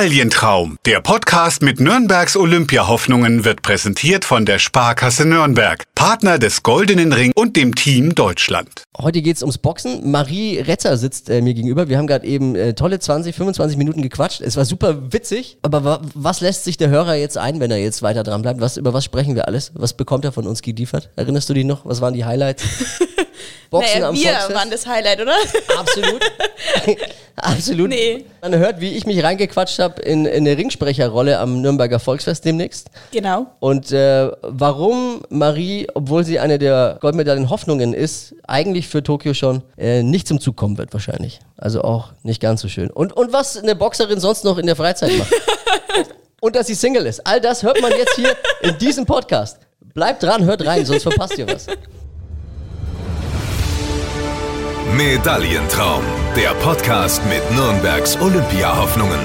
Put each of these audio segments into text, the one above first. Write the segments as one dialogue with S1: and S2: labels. S1: Medaillentraum. Der Podcast mit Nürnbergs Olympiahoffnungen wird präsentiert von der Sparkasse Nürnberg, Partner des Goldenen Ring und dem Team Deutschland.
S2: Heute geht's ums Boxen. Marie Retzer sitzt äh, mir gegenüber. Wir haben gerade eben äh, tolle 20, 25 Minuten gequatscht. Es war super witzig. Aber wa was lässt sich der Hörer jetzt ein, wenn er jetzt weiter dran bleibt? Was, über was sprechen wir alles? Was bekommt er von uns geliefert? Erinnerst du dich noch? Was waren die Highlights? Boxen
S3: naja,
S2: am
S3: wir
S2: Volksfest?
S3: waren das Highlight, oder?
S2: Absolut. Absolut.
S3: Nee.
S2: Man hört, wie ich mich reingequatscht habe in, in eine Ringsprecherrolle am Nürnberger Volksfest demnächst.
S3: genau.
S2: Und äh, warum Marie, obwohl sie eine der Goldmedaillen Hoffnungen ist, eigentlich für Tokio schon äh, nicht zum Zug kommen wird wahrscheinlich. Also auch nicht ganz so schön. Und, und was eine Boxerin sonst noch in der Freizeit macht. und dass sie Single ist. All das hört man jetzt hier in diesem Podcast. Bleibt dran, hört rein, sonst verpasst ihr was.
S4: Medaillentraum, der Podcast mit Nürnbergs Olympiahoffnungen.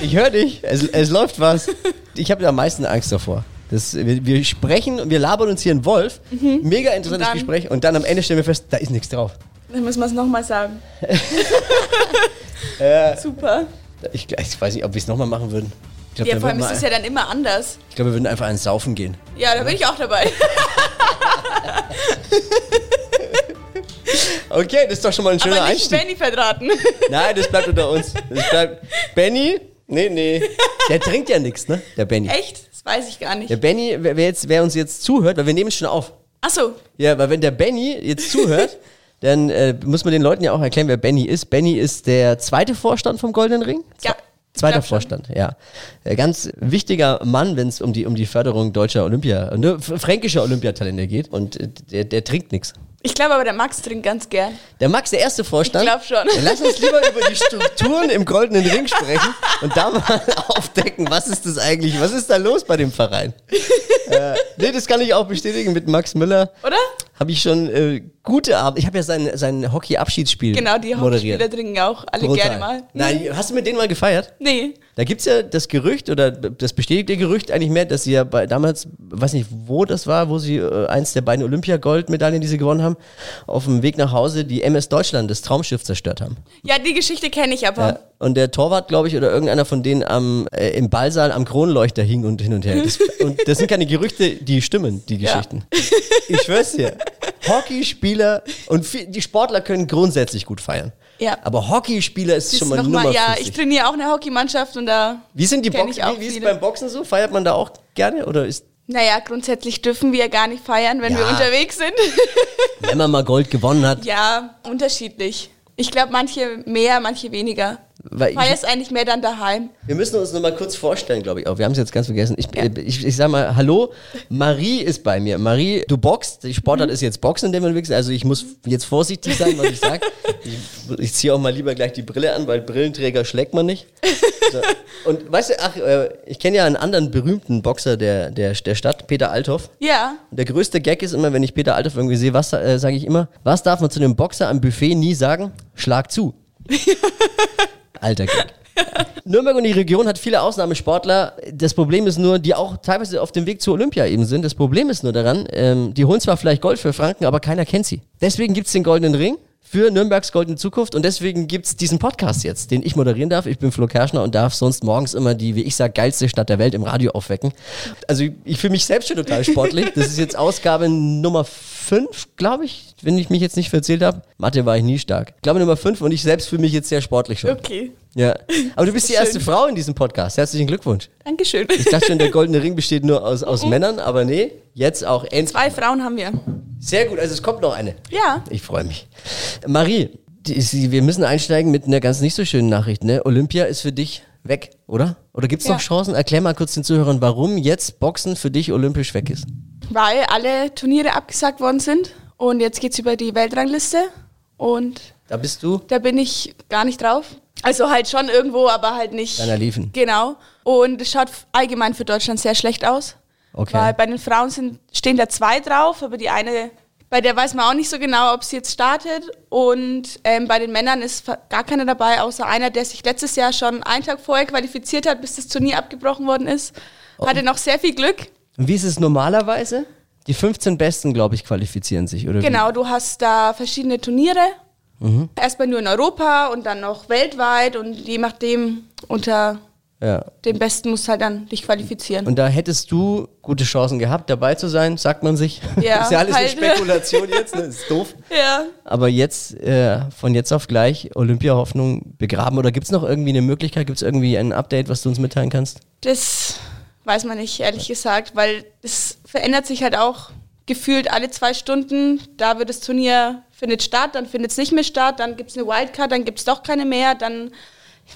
S2: Ich höre dich. Es, es läuft was. Ich habe am meisten Angst davor. Das, wir, wir sprechen und wir labern uns hier in Wolf. Mega interessantes
S3: Und dann-
S2: Gespräch. Mhm. Und dann am Ende stellen wir fest, da ist nichts drauf.
S3: Dann müssen wir es nochmal sagen. Super.
S2: Ich, ich weiß nicht, ob wir es nochmal machen würden. Ich glaube,
S3: Ja,
S2: wir,
S3: vor allem
S2: würden
S3: ist
S2: mal-
S3: es ja dann immer anders.
S2: ich glaub, wir würden einfach ans Saufen gehen.
S3: Ja, da bin ich auch dabei.
S2: Okay, das ist doch schon mal ein schöner
S3: Aber nicht
S2: Einstieg.
S3: Benny verdrahten.
S2: Nein, das bleibt unter uns. Das bleibt. Benny? Nee, nee. Der trinkt ja nichts, ne? Der Benny.
S3: Echt? Das weiß ich gar nicht.
S2: Der Benny, wer, wer jetzt, wer uns jetzt zuhört, weil wir nehmen es schon auf.
S3: Achso,
S2: Ja, weil wenn der Benny jetzt zuhört, dann äh, muss man den Leuten ja auch erklären, wer Benny ist. Benny ist der zweite Vorstand vom Goldenen Ring.
S3: Ja,
S2: Zwe- Zweiter
S3: glaub schon.
S2: Vorstand, ja. Äh, Ganz wichtiger Mann, wenn es um die, um die Förderung deutscher Olympia, ne, fr- fränkischer Olympiatalente geht. Und äh, der, der trinkt nichts.
S3: ich glaube aber, der Max trinkt ganz gern.
S2: Der Max, der erste Vorstand.
S3: Ich glaub schon.
S2: Dann Lass uns lieber über die Strukturen im Goldenen Ring sprechen und da mal aufdecken, was ist das eigentlich, was ist da los bei dem Verein? äh, nee, das kann ich auch bestätigen mit Max Müller.
S3: Oder?
S2: Habe ich schon äh, gute Abend. Ich habe ja sein, sein Hockey-Abschiedsspiel
S3: Genau, die
S2: moderiert.
S3: Hauptspieler trinken auch alle
S2: Brutal.
S3: gerne mal.
S2: Nein, hast du mit denen mal gefeiert?
S3: Nee.
S2: Da gibt's ja das Gerücht oder das bestätigte Gerücht eigentlich mehr, dass sie ja bei, damals, weiß nicht wo das war, wo sie äh, eins der beiden Olympiagoldmedaillen, die sie gewonnen haben, auf dem Weg nach Hause die MS Deutschland, das Traumschiff, zerstört haben.
S3: Ja, die Geschichte kenne ich aber.
S2: Ja. Und der Torwart, glaube ich, oder irgendeiner von denen am, äh, im Ballsaal am Kronleuchter hing und hin und her. Das, und das sind keine Gerüchte, die stimmen, die
S3: Ja.
S2: Geschichten. Ich schwör's dir. Hockeyspieler und viel, die Sportler können grundsätzlich gut feiern.
S3: Ja.
S2: Aber Hockeyspieler ist
S3: Das
S2: schon mal
S3: noch
S2: Nummer
S3: mal- ja,
S2: 50.
S3: ich trainiere auch eine Hockeymannschaft und da.
S2: Wie sind die
S3: Kenn
S2: Boxen?
S3: ich auch
S2: Wie, wie ist
S3: viele.
S2: beim Boxen so? Feiert man da auch gerne? Oder ist,
S3: Naja, grundsätzlich dürfen wir ja gar nicht feiern, wenn wir
S2: Ja.
S3: unterwegs sind.
S2: wenn man mal Gold gewonnen hat?
S3: ja, unterschiedlich. Ich glaube, manche mehr, manche weniger.
S2: Weil ich-
S3: Feier ist eigentlich mehr dann daheim.
S2: Wir müssen uns noch mal kurz vorstellen, glaube ich. Auch. Wir haben es jetzt ganz vergessen. Ich, äh, ich, ich sag mal, hallo, Marie ist bei mir. Marie, du boxt. Die
S3: Mhm.
S2: Sportart ist jetzt Boxen, in dem wir unterwegs sind. Also ich muss jetzt vorsichtig sein, was ich sage. Ich, ich ziehe auch mal lieber gleich die Brille an, weil Brillenträger schlägt man nicht. So. Und weißt du, ach, äh, ich kenne ja einen anderen berühmten Boxer der, der, der Stadt, Peter Althoff.
S3: Ja,
S2: Und Der größte Gag ist immer, wenn ich Peter Althoff irgendwie sehe, was äh, sage ich immer? Was darf man zu einem Boxer am Buffet nie sagen? Schlag zu. Alter Gag. Nürnberg und die Region hat viele Ausnahmesportler. Das Problem ist nur, die auch teilweise auf dem Weg zur Olympia eben sind. Das Problem ist nur daran, ähm, die holen zwar vielleicht Gold für Franken, aber keiner kennt sie. Deswegen gibt's den Goldenen Ring für Nürnbergs goldene Zukunft und deswegen gibt's diesen Podcast jetzt, den ich moderieren darf. Ich bin Flo Kerschner und darf sonst morgens immer die, wie ich sag, geilste Stadt der Welt im Radio aufwecken. Also ich, ich fühle mich selbst schon total sportlich. Das ist jetzt Ausgabe Nummer 5, glaube ich, wenn ich mich jetzt nicht verzählt habe. Mathe war ich nie stark. Ich glaube Nummer 5 und ich selbst fühle mich jetzt sehr sportlich schon.
S3: okay.
S2: Ja. Aber du bist die
S3: Schön.
S2: erste Frau in diesem Podcast. Herzlichen Glückwunsch.
S3: Dankeschön.
S2: Ich dachte schon, der goldene Ring besteht nur aus, aus
S3: Mhm.
S2: Männern, aber nee, jetzt auch endlich.
S3: Zwei Frauen haben wir.
S2: Sehr gut, also es kommt noch eine.
S3: Ja.
S2: Ich freue mich. Marie, die, sie, wir müssen einsteigen mit einer ganz nicht so schönen Nachricht. Ne? Olympia ist für dich weg, oder? Oder gibt es noch
S3: Ja.
S2: Chancen? Erklär mal kurz den Zuhörern, warum jetzt Boxen für dich olympisch weg ist.
S3: Weil alle Turniere abgesagt worden sind und jetzt geht's über die Weltrangliste und
S2: Da bist du.
S3: da bin ich gar nicht drauf. Also halt schon irgendwo, aber halt nicht.
S2: Deiner Liefen.
S3: Genau. Und es schaut allgemein für Deutschland sehr schlecht aus.
S2: Okay.
S3: Weil bei den Frauen sind, stehen da zwei drauf, aber die eine, bei der weiß man auch nicht so genau, ob sie jetzt startet. Und ähm, bei den Männern ist fa- gar keiner dabei, außer einer, der sich letztes Jahr schon einen Tag vorher qualifiziert hat, bis das Turnier abgebrochen worden ist.
S2: Oh.
S3: Hatte noch sehr viel Glück.
S2: Und wie ist es normalerweise? Die 15 Besten, glaube ich, qualifizieren sich, oder?
S3: Genau, du hast da verschiedene Turniere
S2: Mhm.
S3: Erstmal nur in Europa und dann noch weltweit und je nachdem unter
S2: Ja.
S3: den Besten musst du halt dann dich qualifizieren.
S2: Und da hättest du gute Chancen gehabt, dabei zu sein, sagt man sich.
S3: Ja,
S2: ist ja alles
S3: halt.
S2: eine Spekulation jetzt, ne? ist doof.
S3: ja.
S2: Aber jetzt, äh, von jetzt auf gleich, Olympia-Hoffnung begraben. Oder gibt es noch irgendwie eine Möglichkeit, gibt es irgendwie ein Update, was du uns mitteilen kannst?
S3: Das weiß man nicht, ehrlich gesagt, weil es verändert sich halt auch gefühlt alle zwei Stunden. Da wird das Turnier findet statt, dann findet es nicht mehr statt, dann gibt es eine Wildcard, dann gibt es doch keine mehr, dann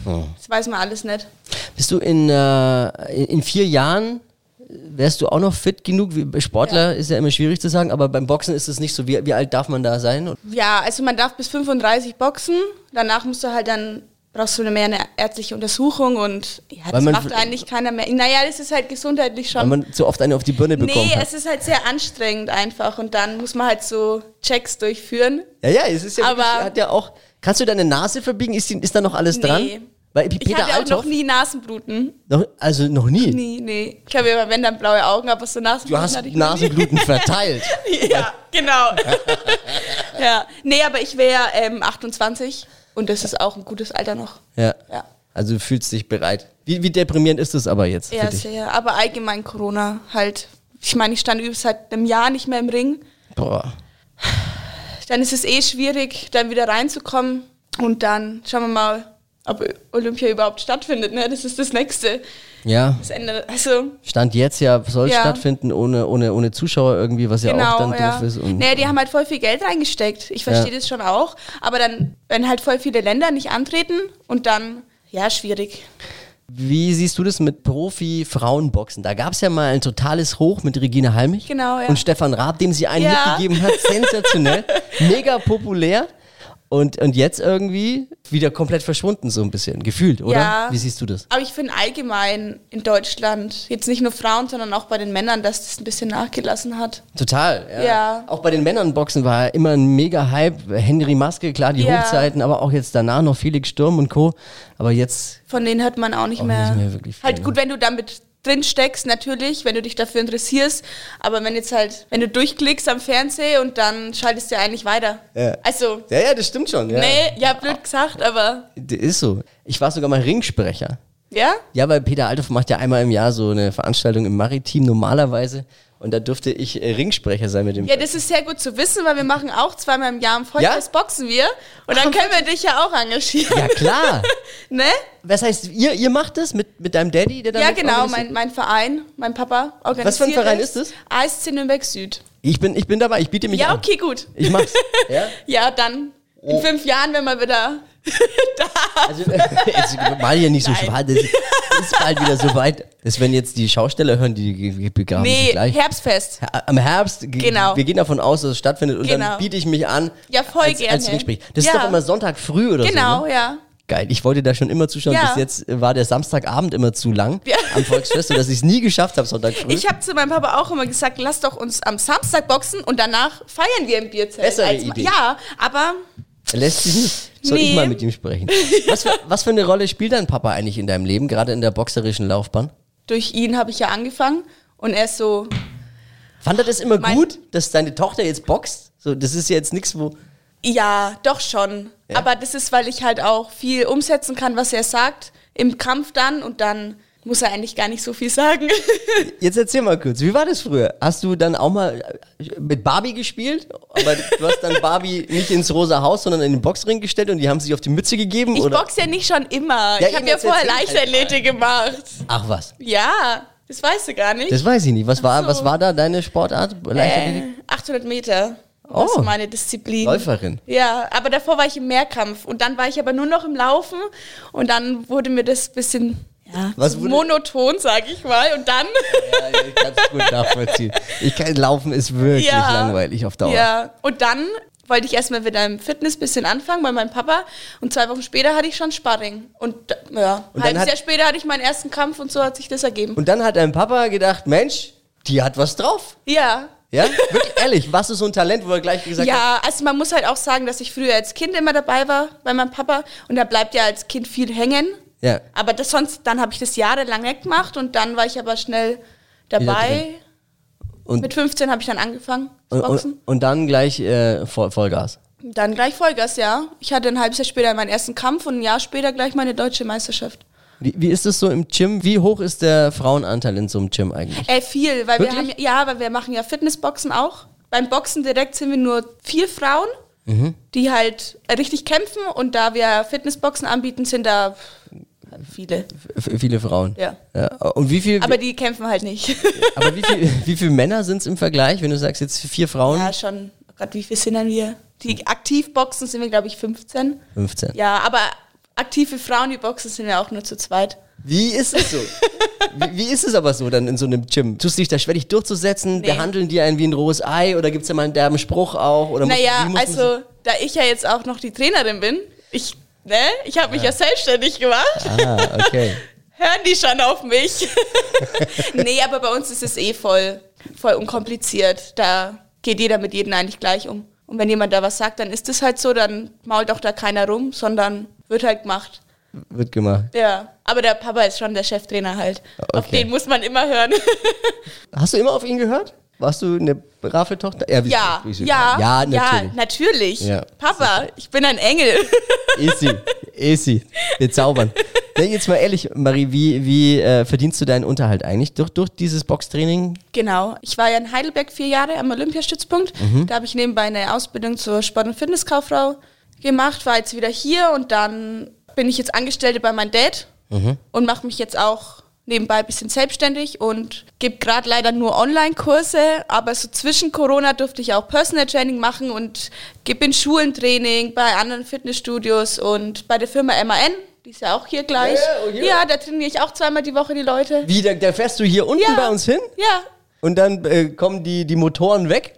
S2: Oh.
S3: das weiß man alles nicht.
S2: Bist du in, äh, in in vier Jahren, wärst du auch noch fit genug? Wie- bei Sportler ist ja immer schwierig zu sagen, aber beim Boxen ist es nicht so. Wie, wie alt darf man da sein?
S3: Ja, also man darf bis 35 boxen, danach musst du halt dann brauchst du eine mehr eine ärztliche Untersuchung und ja, das
S2: man-
S3: macht eigentlich keiner mehr. Naja, das ist halt gesundheitlich
S2: Weil
S3: schon.
S2: man zu oft eine auf die Birne bekommen
S3: Nee,
S2: hat.
S3: es ist halt sehr anstrengend einfach und dann muss man halt so Checks durchführen.
S2: Ja, ja, es ist ja,
S3: Aber-
S2: wirklich, hat ja auch. Kannst du deine Nase verbiegen? Ist, die, ist da noch alles
S3: Nee.
S2: dran? Weil
S3: Ich
S2: Peter
S3: hatte auch noch
S2: Althoff,
S3: nie Nasenbluten.
S2: noch, also noch nie.
S3: Nee, nee. Ich habe immer, wenn dann blaue Augen, aber so Nasenbluten
S2: Du hast
S3: hatte ich noch nie.
S2: Nasenbluten verteilt.
S3: ja, genau. ja. Nee, aber ich wäre ähm, 28 und das ist auch ein gutes Alter noch.
S2: Ja.
S3: Ja.
S2: Also du fühlst dich bereit. Wie, wie deprimierend ist es aber jetzt für
S3: Ja,
S2: dich?
S3: sehr. Aber allgemein Corona halt. Ich meine, ich stand üb- seit einem Jahr nicht mehr im Ring.
S2: Boah.
S3: Dann ist es eh schwierig, dann wieder reinzukommen. Und dann schauen wir mal, ob Olympia überhaupt stattfindet. Ne? Das ist das Nächste.
S2: Ja.
S3: Das ändert, also
S2: Stand jetzt ja soll
S3: Ja. Genau,
S2: stattfinden ohne, ohne, ohne Zuschauer irgendwie, was ja auch dann doof ist. Und
S3: naja, die haben halt voll viel Geld reingesteckt. Ich verstehe
S2: Ja.
S3: das schon auch. Aber dann, wenn halt voll viele Länder nicht antreten und dann, ja, schwierig.
S2: Wie siehst du das mit Profi-Frauenboxen? Da gab es ja mal ein totales Hoch mit Regina Halmich
S3: Genau, ja.
S2: und Stefan Raab, dem sie einen
S3: Ja.
S2: mitgegeben hat. Sensationell, mega populär. Und, und jetzt irgendwie wieder komplett verschwunden, so ein bisschen, gefühlt, oder?
S3: Ja.
S2: Wie siehst du das?
S3: Aber ich finde allgemein in Deutschland, jetzt nicht nur Frauen, sondern auch bei den Männern, dass das ein bisschen nachgelassen hat.
S2: Total.
S3: Ja.
S2: Auch bei den Männern Boxen war immer ein mega Hype. Henry Maske, klar, die
S3: Ja.
S2: Hochzeiten, aber auch jetzt danach noch Felix Sturm und Co. Aber jetzt,
S3: Von denen hört man auch nicht
S2: Auch
S3: mehr.
S2: nicht mehr wirklich viel,
S3: halt
S2: ne?
S3: gut, wenn du damit drin steckst, natürlich, wenn du dich dafür interessierst. Aber wenn jetzt halt, wenn du durchklickst am Fernseher und dann schaltest du ja eigentlich weiter.
S2: Ja.
S3: Also,
S2: ja, ja, das stimmt schon. Ja.
S3: nee, ja, blöd gesagt, aber
S2: Das Ist so. Ich war sogar mal Ringsprecher.
S3: ja.
S2: Ja, weil Peter Althoff macht ja einmal im Jahr so eine Veranstaltung im Maritim normalerweise. Und da dürfte ich äh, Ringsprecher sein mit dem.
S3: Ja, das ist sehr gut zu wissen, weil wir machen auch zweimal im Jahr im Vollfest boxen wir und dann können wir dich ja auch engagieren.
S2: Ja, klar.
S3: ne?
S2: Was heißt, ihr, ihr macht das mit, mit deinem Daddy? Der da
S3: Ja,
S2: mit
S3: genau,
S2: organisiert?
S3: mein, mein Verein, mein Papa organisiert
S2: Was für ein Verein
S3: es.
S2: ist
S3: ASC Nürnberg Süd.
S2: Ich bin, ich bin dabei, ich biete mich
S3: Ja,
S2: an.
S3: okay, gut.
S2: Ich mach's. Ja?
S3: Ja, dann in
S2: Oh.
S3: fünf Jahren, wenn wir wieder
S2: Also, äh, jetzt mal hier nicht so
S3: Nein.
S2: schwarz. Das ist bald wieder so weit. Das werden jetzt die Schausteller hören, die ge- ge- begraben sich
S3: Nee,
S2: gleich.
S3: Herbstfest.
S2: Ha- Am Herbst, ge-
S3: Genau.
S2: wir gehen davon aus, dass es stattfindet und
S3: Genau.
S2: dann biete ich mich an.
S3: Ja, voll
S2: als,
S3: gerne.
S2: Als Ringsprech. das ist
S3: Ja.
S2: doch immer Sonntag früh oder so. ne?
S3: Genau, ja.
S2: Geil, ich wollte da schon immer zuschauen.
S3: Ja.
S2: Bis jetzt äh, war der Samstagabend immer zu lang
S3: Ja.
S2: am Volksfest, sodass ich es nie geschafft habe, Sonntag früh.
S3: Ich habe zu meinem Papa auch immer gesagt, lass doch uns am Samstag boxen und danach feiern wir im Bierzelt.
S2: Bessere Idee.
S3: Ja, aber
S2: Lässt sich nicht. Soll ich
S3: Nee.
S2: mal mit ihm sprechen? Was für, was für eine Rolle spielt dein Papa eigentlich in deinem Leben, gerade in der boxerischen Laufbahn?
S3: durch ihn habe ich ja angefangen und er ist so,
S2: Fand er das immer
S3: Mein-
S2: gut, dass deine Tochter jetzt boxt? So, das ist ja jetzt nichts, wo.
S3: ja, doch schon.
S2: Ja?
S3: Aber das ist, weil ich halt auch viel umsetzen kann, was er sagt, im Kampf dann und dann muss er eigentlich gar nicht so viel sagen.
S2: Jetzt erzähl mal kurz, wie war das früher? Hast du dann auch mal äh, mit Barbie gespielt? Aber du hast dann Barbie nicht ins rosa Haus, sondern in den Boxring gestellt und die haben sich auf die Mütze gegeben?
S3: Ich
S2: oder?
S3: boxe ja nicht schon immer.
S2: Ja,
S3: ich
S2: eben
S3: habe ja
S2: jetzt
S3: vorher
S2: erzähl halt mal.
S3: Leichtathletik gemacht.
S2: Ach was.
S3: Ja, das weißt du gar nicht.
S2: Das weiß ich nicht. Was war,
S3: so.
S2: was war da deine Sportart? Leichtathletik?
S3: Äh, 800 Meter.
S2: Oh.
S3: Das ist meine Disziplin.
S2: Läuferin.
S3: Ja, aber davor war ich im Mehrkampf und dann war ich aber nur noch im Laufen und dann wurde mir das bisschen ja,
S2: Was
S3: zu
S2: wurde-
S3: monoton, sag ich mal. Und dann,
S2: Ja, ich kann es gut nachvollziehen. Ich kann, Laufen ist wirklich
S3: Ja.
S2: langweilig auf Dauer.
S3: ja, und dann wollte ich erstmal wieder im Fitness bisschen anfangen bei meinem Papa und zwei Wochen später hatte ich schon Sparring. Und ja,
S2: Und dann
S3: ein halbes
S2: hat-
S3: Jahr später hatte ich meinen ersten Kampf und so hat sich das ergeben.
S2: Und dann hat dein Papa gedacht, Mensch, die hat was drauf.
S3: ja.
S2: Ja, wirklich ehrlich, was ist so ein Talent, wo er gleich gesagt hat,
S3: Ja, also man muss halt auch sagen, dass ich früher als Kind immer dabei war bei meinem Papa und da bleibt ja als Kind viel hängen.
S2: Ja.
S3: Aber das sonst, dann habe ich das jahrelang nicht gemacht und dann war ich aber schnell dabei.
S2: Und-
S3: Mit 15 habe ich dann angefangen zu
S2: und,
S3: boxen.
S2: und, und dann gleich äh, Voll, Vollgas.
S3: Dann gleich Vollgas, ja. Ich hatte ein halbes Jahr später meinen ersten Kampf und ein Jahr später gleich meine deutsche Meisterschaft.
S2: Wie, wie ist das so im Gym? Wie hoch ist der Frauenanteil in so einem Gym eigentlich?
S3: Äh, viel, weil wir haben
S2: Wirklich?
S3: ja, weil wir machen ja Fitnessboxen auch. Beim Boxen direkt sind wir nur vier Frauen,
S2: Mhm.
S3: die halt richtig kämpfen und da wir Fitnessboxen anbieten, sind da viele.
S2: F viele Frauen.
S3: Ja.
S2: Und wie viel,
S3: Aber
S2: aber,
S3: die kämpfen halt nicht.
S2: wie viel, wie viel Männer sind es im Vergleich, wenn du sagst jetzt vier Frauen?
S3: ja, schon. Oh Gott, wie viel sind denn wir? Die aktiv boxen sind wir, glaube ich, 15.
S2: 15.
S3: Ja, aber aktive Frauen, die boxen, sind ja auch nur zu zweit.
S2: Wie ist es so? wie, wie ist es aber so dann in so einem Gym? Tust du dich da schwer, dich durchzusetzen? Behandeln die einen wie ein rohes Ei oder gibt es da mal einen derben Spruch auch? Oder muss-
S3: Naja,
S2: wie muss man sich-
S3: also da ich ja jetzt auch noch die Trainerin bin, ich, ne, ich habe mich ja selbstständig gemacht,
S2: Ah, okay.
S3: hören die schon auf mich. nee, aber bei uns ist es eh voll, voll unkompliziert. Da geht jeder mit jedem eigentlich gleich um. Und wenn jemand da was sagt, dann ist es halt so, dann mault auch da keiner rum, sondern wird halt gemacht.
S2: Wird gemacht.
S3: Ja, aber der Papa ist schon der Cheftrainer halt. Auf
S2: Okay.
S3: den muss man immer hören.
S2: Hast du immer auf ihn gehört? Warst du eine brave Tochter? Ja, wie-
S3: ja,
S2: wie-
S3: ja,
S2: ja, natürlich.
S3: natürlich.
S2: Ja.
S3: Papa, ich bin ein Engel.
S2: Ist sie, ist sie. Wir zaubern. Nee, jetzt mal ehrlich, Marie, wie, wie äh, verdienst du deinen Unterhalt eigentlich? Durch, durch dieses Boxtraining?
S3: Genau. Ich war ja in Heidelberg vier Jahre am Olympiastützpunkt.
S2: Mhm.
S3: Da habe ich nebenbei eine Ausbildung zur Sport- und Fitnesskauffrau gemacht, war jetzt wieder hier und dann bin ich jetzt Angestellte bei meinem Dad
S2: Mhm.
S3: und mache mich jetzt auch nebenbei ein bisschen selbstständig und gebe gerade leider nur Online-Kurse, aber so zwischen Corona durfte ich auch Personal Training machen und gebe in Schulen Training, bei anderen Fitnessstudios und bei der Firma MAN, die ist ja auch hier gleich.
S2: Yeah, oh yeah.
S3: Ja, da trainiere ich auch zweimal die Woche die Leute.
S2: Wie, da, da fährst du hier unten
S3: Ja.
S2: bei uns hin
S3: Ja,
S2: und dann äh, kommen die, die Motoren weg?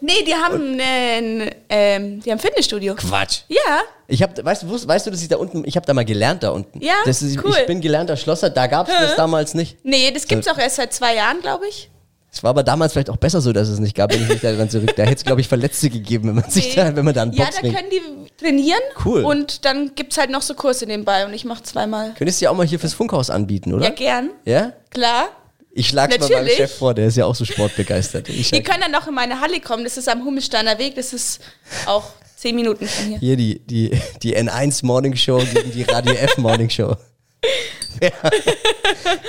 S3: Nee, die haben ein ähm, die haben Fitnessstudio.
S2: Quatsch.
S3: Ja,
S2: Ich hab, weißt, du, wusst- weißt du, dass ich da unten, ich habe da mal gelernt da unten.
S3: Ja,
S2: das ist,
S3: cool.
S2: Ich bin gelernter Schlosser, da gab es das damals nicht.
S3: nee, das gibt's auch erst seit zwei Jahren, glaube ich.
S2: Es war aber damals vielleicht auch besser so, dass es nicht gab, wenn ich mich daran zurück. Da hätte es, glaube ich, Verletzte gegeben, wenn man sich da, wenn man da einen
S3: Ja, da
S2: Boxring-
S3: können die trainieren.
S2: Cool.
S3: Und dann gibt's halt noch so Kurse nebenbei und ich mache zweimal.
S2: Könntest du ja auch mal hier fürs Funkhaus anbieten, oder?
S3: Ja, gern.
S2: Ja?
S3: Klar.
S2: Ich schlag's mal meinem
S3: Natürlich.
S2: Chef vor, der ist ja auch so sportbegeistert. Ich
S3: Ihr
S2: sag,
S3: könnt dann noch in meine Halle kommen. Das ist am Hummelsteiner Weg. Das ist auch zehn Minuten von hier.
S2: hier die, die, die N1 Morning Show gegen die Radio F Morning Show. Ja.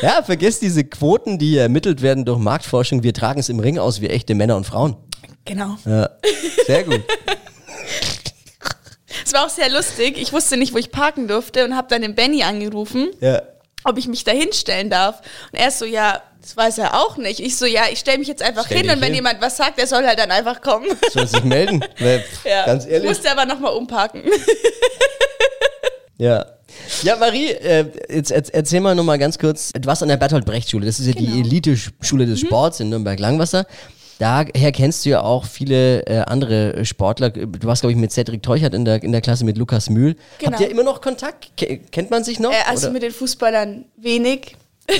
S2: ja, vergesst diese Quoten, die ermittelt werden durch Marktforschung. Wir tragen es im Ring aus wie echte Männer und Frauen.
S3: Genau.
S2: Ja, sehr gut.
S3: Es war auch sehr lustig. Ich wusste nicht, wo ich parken durfte und habe dann den Benny angerufen.
S2: Ja.
S3: ob ich mich da hinstellen darf. Und er ist so, ja, das weiß er auch nicht. Ich so, ja, ich stelle mich jetzt einfach
S2: Stell
S3: hin
S2: dich
S3: und wenn
S2: hin.
S3: jemand was sagt, der soll halt dann einfach kommen.
S2: Soll sich melden? Weil, pff,
S3: Ja.
S2: Ganz ehrlich.
S3: Musste aber nochmal umparken.
S2: Ja. Ja, Marie, äh, jetzt erz- erzähl mal nochmal ganz kurz etwas an der Bertolt-Brecht-Schule. Das ist ja
S3: Genau.
S2: die Elite-Schule
S3: Mhm.
S2: des Sports in Nürnberg-Langwasser. Daher kennst du ja auch viele äh, andere Sportler. Du warst, glaube ich, mit Cedric Teuchert in der, in der Klasse, mit Lukas Mühl.
S3: Genau.
S2: Habt ihr immer noch Kontakt? Ke kennt man sich noch?
S3: Äh, also
S2: Oder-
S3: mit den Fußballern wenig,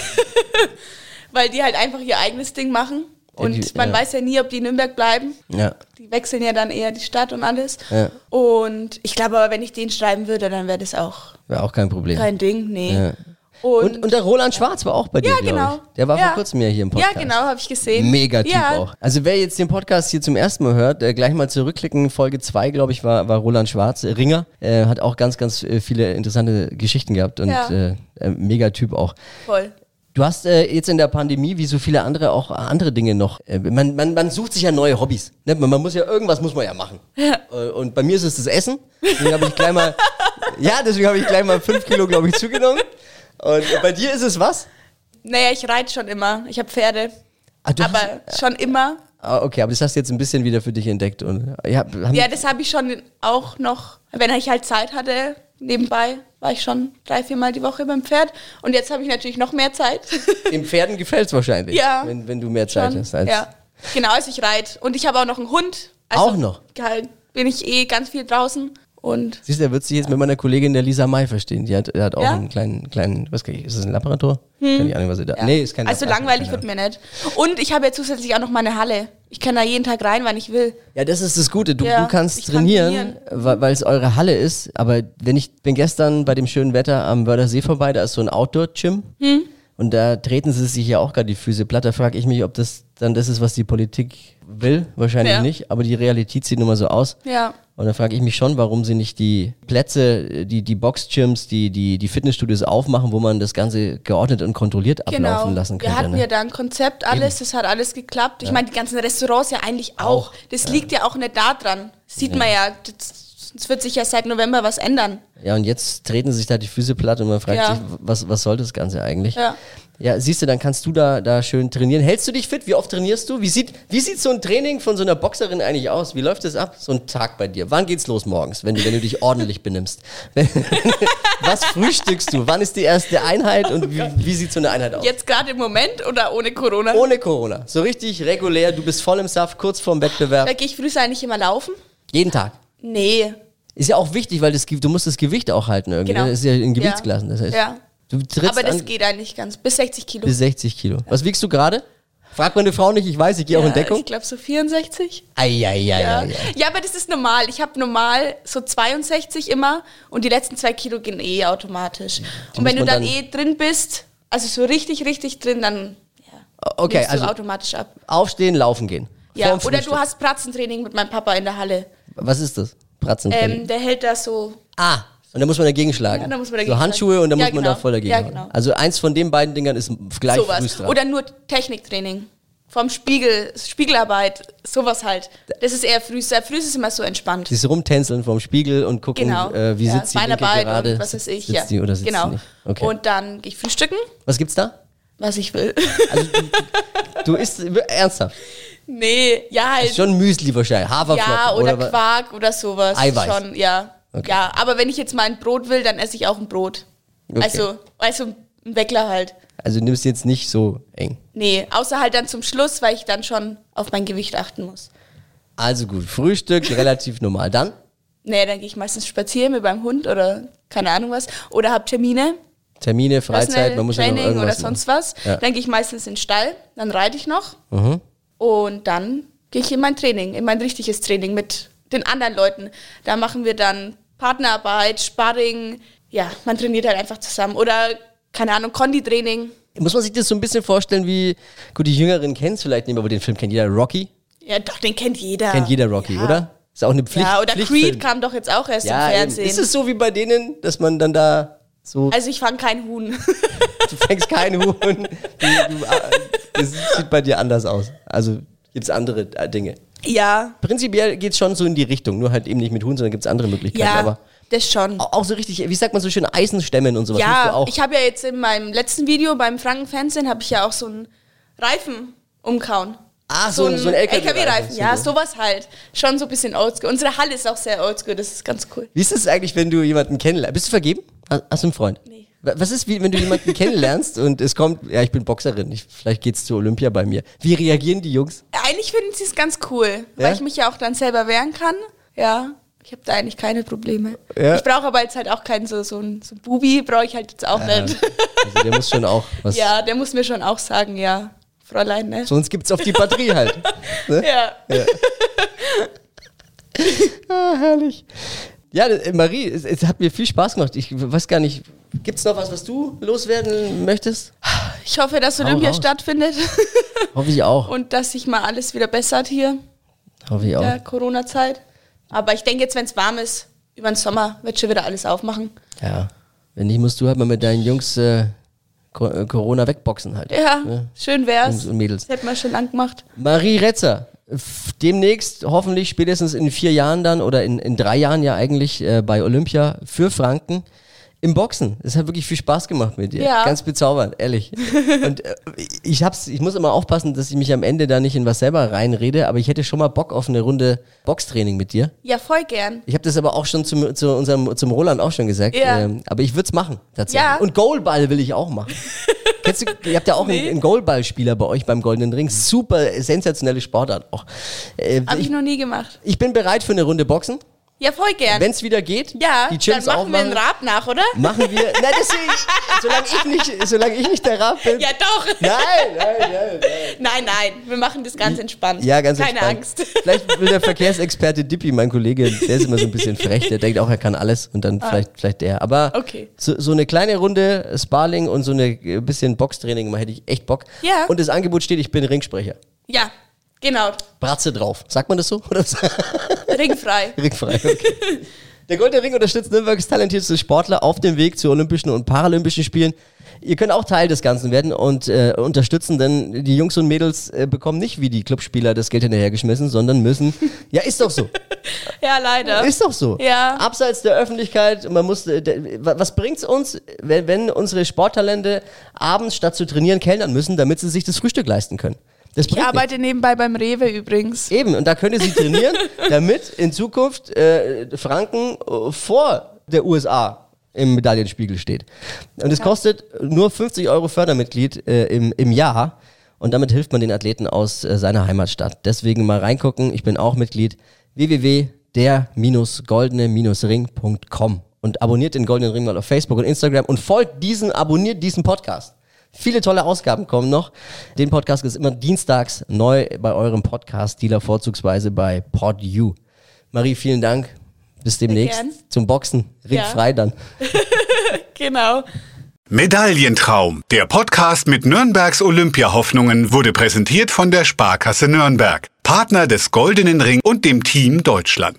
S3: weil die halt einfach ihr eigenes Ding machen.
S2: Ja,
S3: Und
S2: die-
S3: man
S2: ja.
S3: weiß ja nie, ob die in Nürnberg bleiben.
S2: ja.
S3: Die wechseln ja dann eher die Stadt und alles.
S2: Ja.
S3: Und ich glaube aber, wenn ich den schreiben würde, dann wäre das auch
S2: War auch kein Problem.
S3: kein Ding. Nee.
S2: Ja. Und,
S3: Und,
S2: und der Roland Schwarz war auch bei dir,
S3: ja,
S2: glaub
S3: genau.
S2: ich. Der war
S3: ja.
S2: vor kurzem ja hier im Podcast.
S3: Ja, genau, habe ich gesehen.
S2: Mega Typ
S3: ja.
S2: auch. Also wer jetzt den Podcast hier zum ersten Mal hört, äh, gleich mal zurückklicken. Folge 2, glaube ich, war, war Roland Schwarz, äh, Ringer. Äh, hat auch ganz, ganz äh, viele interessante Geschichten gehabt und
S3: Ja.
S2: äh, äh, mega Typ auch.
S3: Voll.
S2: Du hast äh, jetzt in der Pandemie, wie so viele andere, auch andere Dinge noch. Äh, man, man, man sucht sich ja neue Hobbys. Ne? Man, man muss ja, irgendwas muss man ja machen. Äh, und bei mir ist es das Essen. Deswegen habe ich gleich mal, ja, deswegen habe ich gleich mal fünf Kilo, glaube ich, zugenommen. Und bei dir ist es was?
S3: Naja, ich reite schon immer. Ich habe Pferde.
S2: Ah, du hast-
S3: aber schon immer.
S2: Ah, okay, aber das hast du jetzt ein bisschen wieder für dich entdeckt. Und, äh, ja, haben,
S3: Ja, das habe ich schon auch noch, wenn ich halt Zeit hatte. Nebenbei war ich schon drei, viermal die Woche beim Pferd. Und jetzt habe ich natürlich noch mehr Zeit.
S2: Dem Pferden gefällt es wahrscheinlich,
S3: Ja.
S2: wenn, wenn du mehr Zeit
S3: Schon,
S2: hast. Als
S3: ja. Genau, also ich reite. Und ich habe auch noch einen Hund. Also
S2: Auch noch?
S3: Halt bin ich eh ganz viel draußen. Und
S2: Siehst du, er wird sich jetzt mit meiner Kollegin der Lisa May verstehen. Die hat, die hat auch
S3: Ja? Hm.
S2: einen kleinen, kleinen, was kann ich, ist das ein Labrador? Keine Ahnung, was sie da. Nee, ist kein
S3: also
S2: Labrador,
S3: langweilig
S2: keine
S3: wird
S2: Ahnung.
S3: mir nicht. Und ich habe ja zusätzlich auch noch meine Halle. Ich kann da jeden Tag rein, wann ich will.
S2: Ja, das ist das Gute. Du,
S3: Ja,
S2: du kannst
S3: ich kann
S2: trainieren, wa- weil es eure Halle ist. Aber wenn ich bin gestern bei dem schönen Wetter am Wördersee
S3: Hm.
S2: vorbei, da ist so ein Outdoor-Gym. Und da treten sie sich ja auch gerade die Füße platt. Da frage ich mich, ob das dann das ist, was die Politik will, wahrscheinlich
S3: Ja.
S2: nicht, aber die Realität sieht nun mal so aus.
S3: Ja.
S2: Und da frage ich mich schon, warum sie nicht die Plätze, die, die Boxgyms, die, die, die Fitnessstudios aufmachen, wo man das Ganze geordnet und kontrolliert ablaufen
S3: Genau.
S2: lassen
S3: Wir
S2: könnte.
S3: hatten
S2: ne?
S3: ja da ein Konzept, alles, das hat alles geklappt. Ich meine, die ganzen Restaurants ja eigentlich auch.
S2: Auch,
S3: Das liegt ja auch nicht daran. Sieht man ja, das, das wird sich ja seit November was ändern.
S2: Ja, und jetzt treten sie sich da die Füße platt und man fragt
S3: Ja.
S2: sich, was, was soll das Ganze eigentlich?
S3: Ja.
S2: Ja, siehst du, dann kannst du da, da schön trainieren. Hältst du dich fit? Wie oft trainierst du? Wie sieht, wie sieht so ein Training von so einer Boxerin eigentlich aus? Wie läuft das ab? So ein Tag bei dir. Wann geht's los morgens, wenn du, wenn du dich ordentlich benimmst? Wenn- was frühstückst du? Wann ist die erste Einheit und wie, wie sieht so eine Einheit aus?
S3: Jetzt gerade im Moment oder ohne Corona?
S2: Ohne Corona. So richtig regulär. Du bist voll im Saft, kurz vorm
S3: Da
S2: Wettbewerb.
S3: gehe ich früh eigentlich immer laufen.
S2: Jeden Tag.
S3: Nee,
S2: Ist ja auch wichtig, weil das, Ge- du musst das Gewicht auch halten irgendwie.
S3: Genau.
S2: Das ist ja in
S3: Ja.
S2: Gewichtsklassen. Das heißt,
S3: Ja.
S2: du trittst
S3: aber das
S2: an,
S3: geht eigentlich ganz. Bis 60 Kilo.
S2: bis 60 Kilo. Was wiegst du gerade? Fragt meine Frau nicht, ich weiß, ich gehe auch in Deckung.
S3: Ich glaube so 64.
S2: Eieiei.
S3: Ja.
S2: Ja.
S3: Ja. aber das ist normal. Ich habe normal so 62 immer und die letzten zwei Kilo gehen eh automatisch. und
S2: muss
S3: wenn du
S2: man dann-
S3: dann, eh drin bist, also so richtig, richtig drin, dann ja,
S2: Okay,
S3: nimmst
S2: also-
S3: du automatisch ab.
S2: Aufstehen, laufen gehen.
S3: Ja,
S2: Vorm
S3: oder
S2: Frühstück.
S3: du hast Pratzentraining mit meinem Papa in der Halle.
S2: Was ist das? Bratzen.
S3: Ähm, der hält da so.
S2: ah, und dann muss man dagegen schlagen.
S3: Ja, dann muss man dagegen
S2: so Handschuhe und dann
S3: schlagen.
S2: muss man
S3: Ja,
S2: da voll dagegen.
S3: genau.
S2: hauen.
S3: Ja, genau.
S2: Also eins von den beiden Dingern ist gleich
S3: sowas.
S2: frühstraf.
S3: Oder nur Techniktraining. Vom Spiegel, Spiegelarbeit, sowas halt. Das ist eher früh. Früh ist immer so entspannt.
S2: Dieses Rumtänzeln vorm Spiegel und gucken,
S3: Genau.
S2: äh, wie
S3: ja,
S2: sitzt die Linke
S3: Beinarbeit
S2: gerade.
S3: und was weiß ich.
S2: Sitzt
S3: ja.
S2: die oder sitzt
S3: genau.
S2: die nicht? Okay.
S3: Und dann gehe ich frühstücken,
S2: was gibt's da?
S3: was ich will.
S2: Also Du isst ernsthaft.
S3: nee, ja halt.
S2: Ist schon Müsli wahrscheinlich. Haferflocken.
S3: ja, oder,
S2: wa-
S3: Quark oder sowas.
S2: Eiweiß.
S3: Schon, ja.
S2: Okay.
S3: Ja, aber wenn ich jetzt mal ein Brot will, dann esse ich auch ein Brot.
S2: Okay.
S3: Also, also ein Weckler halt.
S2: Also nimmst du jetzt nicht so eng.
S3: Nee, außer halt dann zum Schluss, weil ich dann schon auf mein Gewicht achten muss.
S2: Also gut, Frühstück relativ normal. Dann
S3: Nee, dann gehe ich meistens spazieren mit meinem Hund oder keine Ahnung was. Oder habe Termine,
S2: Termine, Freizeit,
S3: Personal
S2: man muss ja noch
S3: Training
S2: irgendwas
S3: oder sonst
S2: machen.
S3: was.
S2: Ja.
S3: Dann gehe ich meistens in den Stall, dann reite ich noch.
S2: Mhm.
S3: Und dann gehe ich in mein Training, in mein richtiges Training mit den anderen Leuten. Da machen wir dann Partnerarbeit, Sparring. Ja, man trainiert halt einfach zusammen. Oder, keine Ahnung, Konditraining.
S2: Muss man sich das so ein bisschen vorstellen wie, gut, die Jüngeren kennen es vielleicht nicht mehr, aber den Film kennt jeder. Rocky
S3: Ja, doch, den kennt jeder.
S2: kennt jeder Rocky,
S3: Ah, ja.
S2: oder? Ist auch eine Pflicht.
S3: ja, oder
S2: Pflichtfilm.
S3: Creed kam doch jetzt auch erst
S2: ja,
S3: im
S2: eben.
S3: Fernsehen.
S2: Ist es so wie bei denen, dass man dann da so,
S3: also ich fang kein Huhn.
S2: du fängst keinen Huhn. Du, du, ah, das sieht bei dir anders aus. Also gibt's andere äh, Dinge.
S3: ja,
S2: Prinzipiell geht's schon so in die Richtung, nur halt eben nicht mit Huhn, sondern gibt's andere Möglichkeiten.
S3: ja,
S2: Aber Oh,
S3: das schon.
S2: auch, auch so richtig, wie sagt man so schön, Eisenstemmen und sowas. musst du
S3: Ja,
S2: auch.
S3: ich habe ja jetzt in meinem letzten Video beim Frankenfernsehen habe ich ja auch so einen Reifen umkauen.
S2: Ah, so ein- so ein LKW-Reifen.
S3: LKW-Reifen. Ja, sowas halt. Schon so ein bisschen oldschool. Unsere Halle ist auch sehr oldschool, das ist ganz cool.
S2: Wie ist es eigentlich, wenn du jemanden kennenlernst? Bist du vergeben? Ha- Hast du einen Freund?
S3: Nee.
S2: Wa- Was ist, wie, wenn du jemanden kennenlernst und es kommt, ja, ich bin Boxerin, ich, vielleicht geht's zu Olympia bei mir. Wie reagieren die Jungs?
S3: Äh, Eigentlich finden sie es ganz cool,
S2: Ja?
S3: weil ich mich ja auch dann selber wehren kann. Ja, ich habe da eigentlich keine Probleme.
S2: Ja.
S3: Ich brauche aber jetzt halt auch keinen so, so ein so ein Bubi, brauche ich halt jetzt auch nicht.
S2: Also der muss schon auch was.
S3: Ja, der muss mir schon auch sagen, ja, Fräulein, ne?
S2: Sonst gibt's auf die Batterie halt. Ne?
S3: Ja.
S2: Ah, herrlich. Ja, äh, Marie, es, es hat mir viel Spaß gemacht. Ich weiß gar nicht, gibt's noch was, was du loswerden möchtest?
S3: Ich hoffe, dass Olympia
S2: raus.
S3: stattfindet
S2: Hoffe ich auch.
S3: und dass sich mal alles wieder bessert hier.
S2: Hoffe ich auch.
S3: der Corona-Zeit. Aber ich denke jetzt, wenn es warm ist, über den Sommer wird schon wieder alles aufmachen.
S2: Ja. Wenn nicht, musst du halt mal mit deinen Jungs äh, Co- äh, Corona wegboxen halt.
S3: Ja, schön wär's.
S2: Jungs und Mädels.
S3: Das hätten wir schon lang gemacht.
S2: Marie Retzer, f- demnächst hoffentlich spätestens in vier Jahren dann oder in, in drei Jahren ja eigentlich äh, bei Olympia für Franken im Boxen. Es hat wirklich viel Spaß gemacht mit dir.
S3: Ja.
S2: Ganz bezaubernd, ehrlich. Und äh, ich, hab's, ich muss immer aufpassen, dass ich mich am Ende da nicht in was selber reinrede, aber ich hätte schon mal Bock auf eine Runde Boxtraining mit dir.
S3: Ja, voll gern.
S2: Ich habe das aber auch schon zum, zu unserem, zum Roland auch schon gesagt.
S3: Ja.
S2: Ähm, aber ich würde es machen, tatsächlich.
S3: Ja.
S2: Und Goalball will ich auch machen. Kennst du, ihr habt ja auch einen, einen Goalballspieler bei euch beim Goldenen Ring. Super sensationelle Sportart auch. Äh,
S3: Habe ich
S2: ich,
S3: noch nie gemacht.
S2: ich bin bereit für eine Runde Boxen.
S3: Ja, voll gern.
S2: Wenn es wieder geht,
S3: ja,
S2: die
S3: dann
S2: Gyms
S3: machen wir
S2: aufmachen,
S3: einen Rab nach, oder?
S2: machen wir. Nein, deswegen, solange ich nicht, solange ich nicht der Rab bin.
S3: Ja, doch.
S2: Nein, nein, nein, nein.
S3: Nein, nein, wir machen das ganz entspannt.
S2: Ja, ganz
S3: Keine
S2: entspannt.
S3: Angst.
S2: Vielleicht will der Verkehrsexperte Dippi, mein Kollege, der ist immer so ein bisschen frech, der denkt auch, er kann alles und dann vielleicht, vielleicht der. Aber
S3: Ah. Okay.
S2: so, so eine kleine Runde Sparling und so eine äh, bisschen Boxtraining, mal hätte ich echt Bock.
S3: Ja.
S2: Und das Angebot steht, ich bin Ringsprecher.
S3: Ja, genau.
S2: Bratze drauf. Sagt man das so? Oder was?
S3: Ringfrei.
S2: Ringfrei, okay. Der Goldene Ring unterstützt Nürnbergs talentierteste Sportler auf dem Weg zu Olympischen und Paralympischen Spielen. Ihr könnt auch Teil des Ganzen werden und äh, unterstützen, denn die Jungs und Mädels äh, bekommen nicht wie die Clubspieler das Geld hinterhergeschmissen, sondern müssen. Ja, ist doch so.
S3: Ja, leider.
S2: Ist doch so.
S3: Ja.
S2: Abseits der Öffentlichkeit, man muss. äh, der- wa- Was bringt's uns, wenn, wenn unsere Sporttalente abends statt zu trainieren kellnern müssen, damit sie sich das Frühstück leisten können? Das
S3: Ich
S2: bringt nichts.
S3: arbeite nebenbei beim Rewe übrigens.
S2: Eben, und da könnt ihr sie trainieren, damit in Zukunft äh, Franken äh, vor der USA im Medaillenspiegel steht. Und es kostet nur 50 Euro Fördermitglied äh, im, im Jahr. Und damit hilft man den Athleten aus äh, seiner Heimatstadt. Deswegen mal reingucken. Ich bin auch Mitglied. www.der-goldene-ring.com und abonniert den Goldenen Ring mal auf Facebook und Instagram und folgt diesen, abonniert diesen Podcast. Viele tolle Ausgaben kommen noch. Den Podcast ist immer dienstags neu bei eurem Podcast-Dealer, vorzugsweise bei PodU. Marie, vielen Dank. Bis demnächst
S3: gern.
S2: zum Boxen. Ring
S3: Ja.
S2: frei dann.
S3: Genau.
S1: Medaillentraum. Der Podcast mit Nürnbergs Olympiahoffnungen wurde präsentiert von der Sparkasse Nürnberg, Partner des Goldenen Ring und dem Team Deutschland.